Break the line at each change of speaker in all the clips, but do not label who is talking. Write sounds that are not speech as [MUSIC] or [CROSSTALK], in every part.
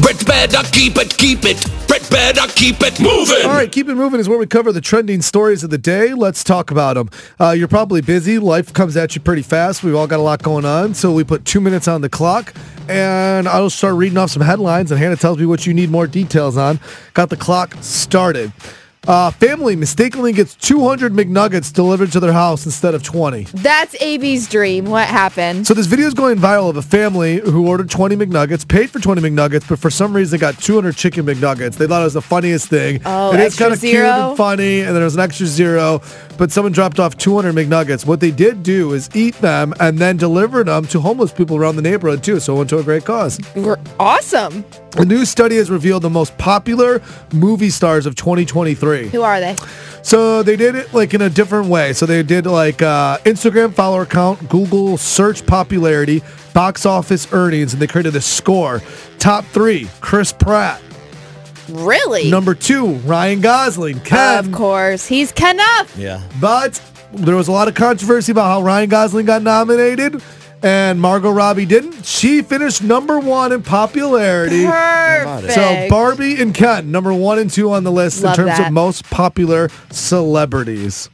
Brett better keep it, keep it. Brett better keep it moving.
All right, keep it moving is where we cover the trending stories of the day. Let's talk about them. Uh, you're probably busy. Life comes at you pretty fast. We've all got a lot going on, so we put two minutes on the clock, and I'll start reading off some headlines. And Hannah tells me what you need more details on. Got the clock started. Uh, family mistakenly gets 200 McNuggets delivered to their house instead of 20.
That's AB's dream. What happened?
So this video is going viral of a family who ordered 20 McNuggets, paid for 20 McNuggets, but for some reason they got 200 chicken McNuggets. They thought it was the funniest thing.
Oh,
and it's
extra
kind of cute and
zero?
funny, and there was an extra zero, but someone dropped off 200 McNuggets. What they did do is eat them and then delivered them to homeless people around the neighborhood too, so it went to a great cause.
We're awesome.
A new study has revealed the most popular movie stars of 2023.
Who are they?
So they did it like in a different way. So they did like uh, Instagram follower count, Google search popularity, box office earnings, and they created a score. Top three: Chris Pratt.
Really?
Number two: Ryan Gosling. Ken.
of course. He's Ken up.
Yeah.
But there was a lot of controversy about how Ryan Gosling got nominated and Margot Robbie didn't. She finished number one in popularity.
Perfect.
So Barbie and Ken, number one and two on the list
Love
in terms of
that.
most popular celebrities.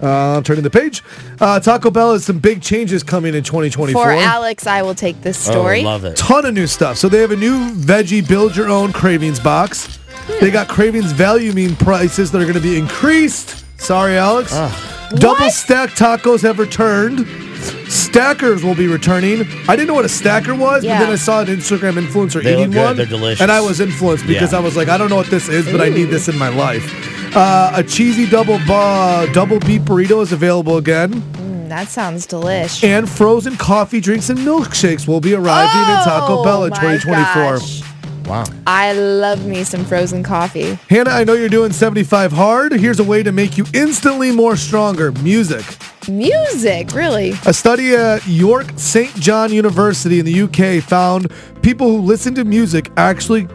Uh, I'm turning the page. Uh, Taco Bell has some big changes coming in 2024.
For Alex, I will take this story.
Oh, love it.
Ton of new stuff. So they have a new veggie build your own cravings box.
Hmm.
They got cravings value mean prices that are going to be increased. Sorry, Alex. Double
Ah. What?
stack tacos have returned. Stackers will be returning. I didn't know what a stacker was,
Yeah.
but then I saw an Instagram influencer
They look
eating
good.
one.
They're delicious.
And I was influenced because
Yeah.
I was like, I don't know what this is, but I need this in my life. Uh, a cheesy double ba- double beef burrito is available again,
Mm, that sounds delish.
and frozen coffee drinks and milkshakes will be arriving in Taco
Oh,
Bell in
my
2024.
gosh.
Wow.
I love me some frozen coffee.
Hannah, I know you're doing 75 hard. Here's a way to make you instantly more stronger: music.
Music, really.
A study at York St. John University in the UK found people who listen to music actually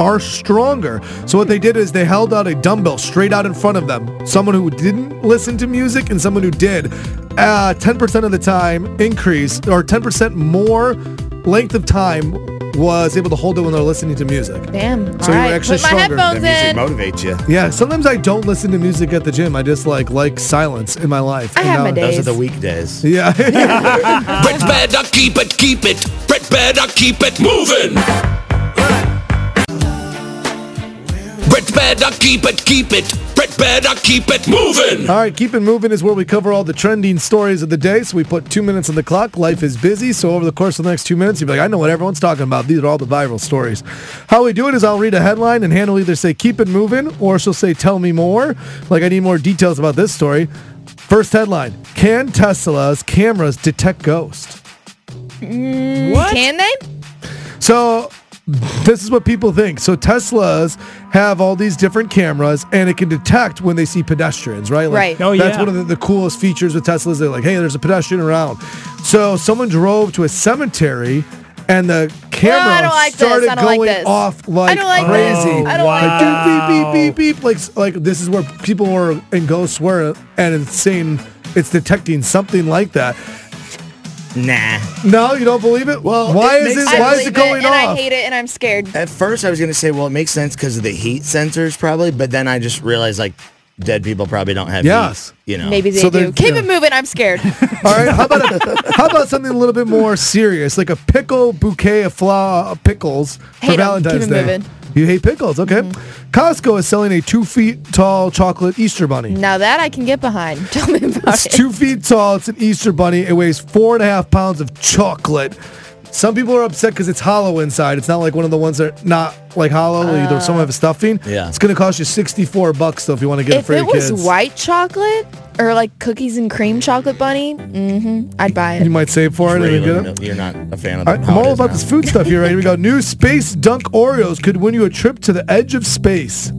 are stronger. So what they did is they held out a dumbbell straight out in front of them. Someone who didn't listen to music and someone who did, uh, 10% of the time increase or 10% more length of time was able to hold it when they're listening to music.
Damn.
So you
All
were
right,
actually
put my
stronger.
headphones in.
motivates you.
Yeah, sometimes I don't listen to music at the gym. I just like like silence in my life.
I
And
have
now-
my day.
Those are
Days.
the weekdays.
Yeah. [LAUGHS] Uh-huh.
Brett better keep it, keep it. Brett better keep it moving. Brett better keep it, keep it. Brett better keep it moving.
All right, keep it moving is where we cover all the trending stories of the day. So we put two minutes on the clock. Life is busy, so over the course of the next two minutes, you'll be like, I know what everyone's talking about. These are all the viral stories. How we do it is I'll read a headline, and Hannah will either say "keep it moving" or she'll say "tell me more." Like I need more details about this story. First headline: Can Tesla's cameras detect ghosts?
Can they?
So this is what people think. So Teslas have all these different cameras and it can detect when they see pedestrians, right?
Right.
Oh,
Oh,
that's
yeah.
one of the, the coolest features with Teslas. They're like, hey, there's a pedestrian around. So someone drove to a cemetery and the camera
I don't like this.
started
I don't like
going
this.
off like,
I don't like this.
crazy.
I don't like
Like, beep, beep, beep, beep, beep. Like, s- like this is where people were and ghosts were and it's saying it's detecting something like that.
Nah.
No, you don't believe it? Well, why
it
is it
makes
I
why is
believe
it going
and I
off?
hate it and I'm scared.
At first, I was gonna say, well, it makes sense because of the heat sensors, probably. But then I just realized, like, dead people probably don't have
Yes.
feet. You know.
Maybe they
So they're-
do. Keep
yeah.
it moving.
[LAUGHS]
I'm scared.
All right, how about a, how about something a little bit more serious, like a pickle bouquet of flower pickles for
Hate 'em. Keep
Valentine's
'em Mm-hmm.
Day?
moving.
You hate pickles, okay? Costco is selling a two feet tall chocolate Easter bunny.
now that I can get behind. [LAUGHS] Tell me about
It's
it.
two feet tall. It's an Easter bunny. It weighs four and a half pounds of chocolate. Some people are upset because it's hollow inside. It's not like one of the ones that are not like hollow. either some have stuffing.
Yeah.
It's gonna cost you sixty four bucks though if you want to get it
Uh, if
for
it
your
was
kids.
white chocolate or like cookies and cream chocolate bunny, mm-hmm, I'd buy
you
it.
might save for it and
Really,
get it.
no, you're not a fan of
All right,
how
I'm
it
all
is
about
now.
this food stuff here. Right here we go. New space dunk Oreos could win you a trip to the edge of space.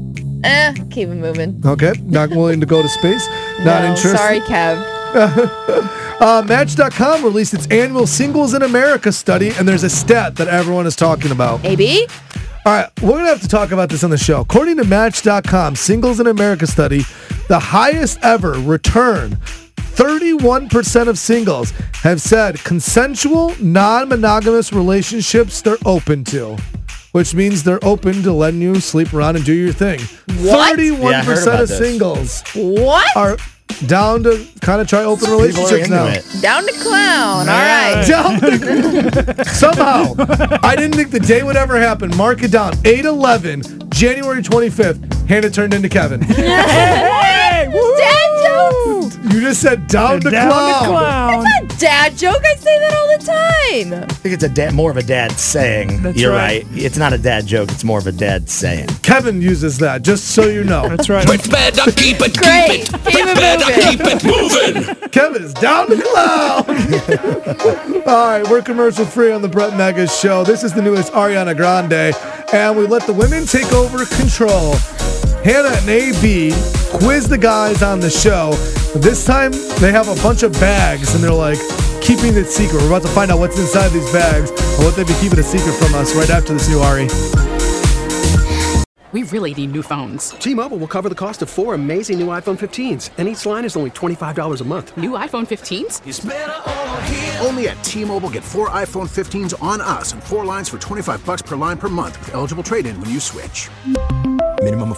Eh, keep it moving.
Okay, not willing to go to space. Not
No,
interested.
Sorry, Kev.
Uh, Match.com released its annual Singles in America study, and there's a stat that everyone is talking about.
AB?
All right, we're going to have to talk about this on the show. According to Match.com, Singles in America study, the highest ever return, 31% of singles have said consensual, non monogamous relationships they're open to, which means they're open to letting you sleep around and do your thing.
What?
31%
Yeah, I heard about
of
this.
singles
What?
are down to kind of try open
People are
relationships
into
now.
it.
Down to clown. All
[LAUGHS]
right.
Down the- somehow, I didn't think the day would ever happen. Mark it down. 8 11, January 25th. Hannah turned into Kevin. [LAUGHS]
Dad jokes.
You just said down to
Down the
clown.
clown.
It's a dad joke. I say that all the time.
I think it's a dad, more of a dad saying.
That's
you're
right.
right. It's not a dad joke. It's more of a dad saying.
Kevin uses that, just so you know.
That's right.
But better keep it,
Great.
keep it.
Keep it
But better
moving.
keep it moving.
Kevin is down to clown. [LAUGHS] All right, we're commercial free on the Brett Mega Show. This is the newest Ariana Grande, and we let the women take over control. Hannah and AB quiz the guys on the show. This time they have a bunch of bags, and they're like keeping it secret. We're about to find out what's inside these bags and what they'd be keeping a secret from us right after this new Ari.
We really need new phones.
T-Mobile will cover the cost of four amazing new iPhone 15s, and each line is only $25 a month.
New iPhone 15s?
It's better over here. Only at T-Mobile, get four iPhone 15s on us and four lines for 25 bucks per line per month with eligible trade-in when you switch.
Minimum of